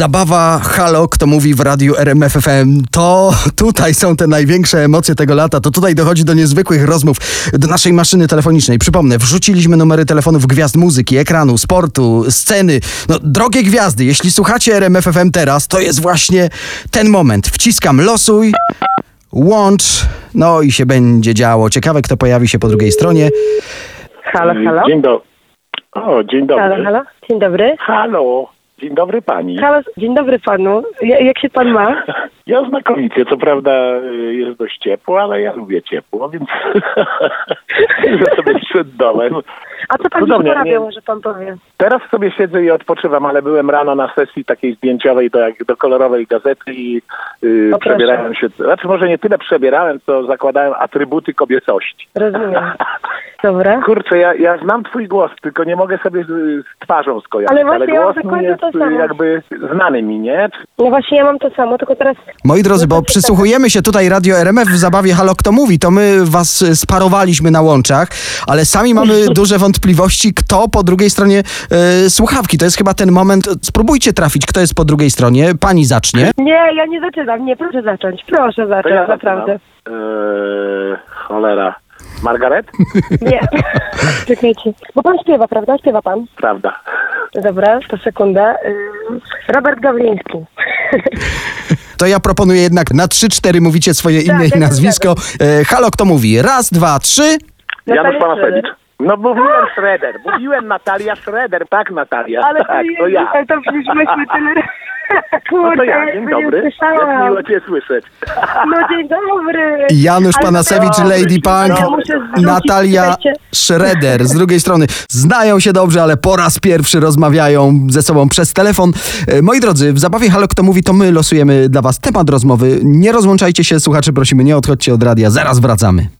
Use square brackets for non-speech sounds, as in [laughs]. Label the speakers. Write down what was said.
Speaker 1: Zabawa, halo, kto mówi w radiu RMFFM, to tutaj są te największe emocje tego lata, to tutaj dochodzi do niezwykłych rozmów, do naszej maszyny telefonicznej. Przypomnę, wrzuciliśmy numery telefonów gwiazd muzyki, ekranu, sportu, sceny. No, drogie gwiazdy, jeśli słuchacie RMFFM teraz, to jest właśnie ten moment. Wciskam losuj, łącz, no i się będzie działo. Ciekawe, kto pojawi się po drugiej stronie.
Speaker 2: Halo, halo.
Speaker 3: Mm, Dzień dobry. O, dzień dobry.
Speaker 2: Halo, halo. Dzień dobry.
Speaker 3: Halo. Dzień dobry pani.
Speaker 2: Halo, dzień dobry panu. Ja, jak się pan ma?
Speaker 3: [laughs] Ja znakomicie, co prawda y, jest dość ciepło, ale ja lubię ciepło, więc [laughs] siedzę sobie przed domem.
Speaker 2: A co pan
Speaker 3: Cudownie,
Speaker 2: Cudownie,
Speaker 3: nie-
Speaker 2: robił, że pan powie?
Speaker 3: Teraz sobie siedzę i odpoczywam, ale byłem rano na sesji takiej zdjęciowej do, jak- do kolorowej gazety i y,
Speaker 2: O, proszę.
Speaker 3: przebierałem się, znaczy może nie tyle przebierałem, co zakładałem atrybuty kobiecości.
Speaker 2: Rozumiem. Dobra.
Speaker 3: Kurczę, ja, ja znam twój głos, tylko nie mogę sobie z, z twarzą skojarzyć,
Speaker 2: Ale właśnie ja mam
Speaker 3: głos mi
Speaker 2: dokładnie
Speaker 3: jest
Speaker 2: to
Speaker 3: y,
Speaker 2: samo.
Speaker 3: jakby znany mi, nie?
Speaker 2: No właśnie ja mam to samo, tylko teraz
Speaker 1: Moi drodzy,
Speaker 2: No to
Speaker 1: bo
Speaker 2: się
Speaker 1: przysłuchujemy się tutaj Radio RMF w zabawie Halo Kto Mówi, to my was e, sparowaliśmy na łączach, ale sami
Speaker 2: [laughs]
Speaker 1: mamy duże wątpliwości, kto po drugiej stronie e, słuchawki. To jest chyba ten moment, spróbujcie trafić, kto jest po drugiej stronie. Pani zacznie.
Speaker 2: nie, ja nie zaczynam, nie, proszę zacząć, proszę
Speaker 3: To
Speaker 2: zacząć,
Speaker 3: ja
Speaker 2: naprawdę.
Speaker 3: zaczynam. Eee, cholera.
Speaker 2: [laughs]
Speaker 3: Margaret?
Speaker 2: Nie. Czekajcie. Bo pan śpiewa, prawda? Śpiewa pan.
Speaker 3: Prawda.
Speaker 2: Dobra, to sekunda. Ym, Robert
Speaker 3: [laughs]
Speaker 2: Gawliński.
Speaker 1: To ja proponuję jednak na 3-4 mówicie swoje imię
Speaker 2: Tak, ja
Speaker 1: i
Speaker 2: się
Speaker 1: nazwisko. E, Halo Kto Mówi. Raz, dwa, trzy.
Speaker 3: Janusz Panasewicz.
Speaker 2: Schroeder. Tak.
Speaker 3: No mówiłem Schroeder, mówiłem Natalia Schroeder, tak Natalia,
Speaker 2: Ale
Speaker 3: tak,
Speaker 2: to,
Speaker 3: to
Speaker 2: jest,
Speaker 3: ja.
Speaker 2: ale to przecież myśmy tyle [laughs] razy.
Speaker 3: [laughs] No
Speaker 2: Kurde,
Speaker 3: to ja, dzień
Speaker 2: jakby
Speaker 3: dobry,
Speaker 2: Nie
Speaker 3: jak
Speaker 2: usłyszałam.
Speaker 3: miło Cię słyszeć.
Speaker 2: No dzień dobry.
Speaker 1: Janusz
Speaker 2: Ale
Speaker 1: Panasewicz,
Speaker 2: to-
Speaker 1: Lady Punk,
Speaker 2: Ja muszę zwrócić,
Speaker 1: Natalia
Speaker 2: czekajcie.
Speaker 1: Schroeder z drugiej strony. Znają się dobrze, ale po raz pierwszy rozmawiają ze sobą przez telefon. E, Moi drodzy, w zabawie Halo Kto Mówi to my losujemy dla was temat rozmowy. Nie rozłączajcie się, słuchacze prosimy, nie odchodźcie od radia, zaraz wracamy.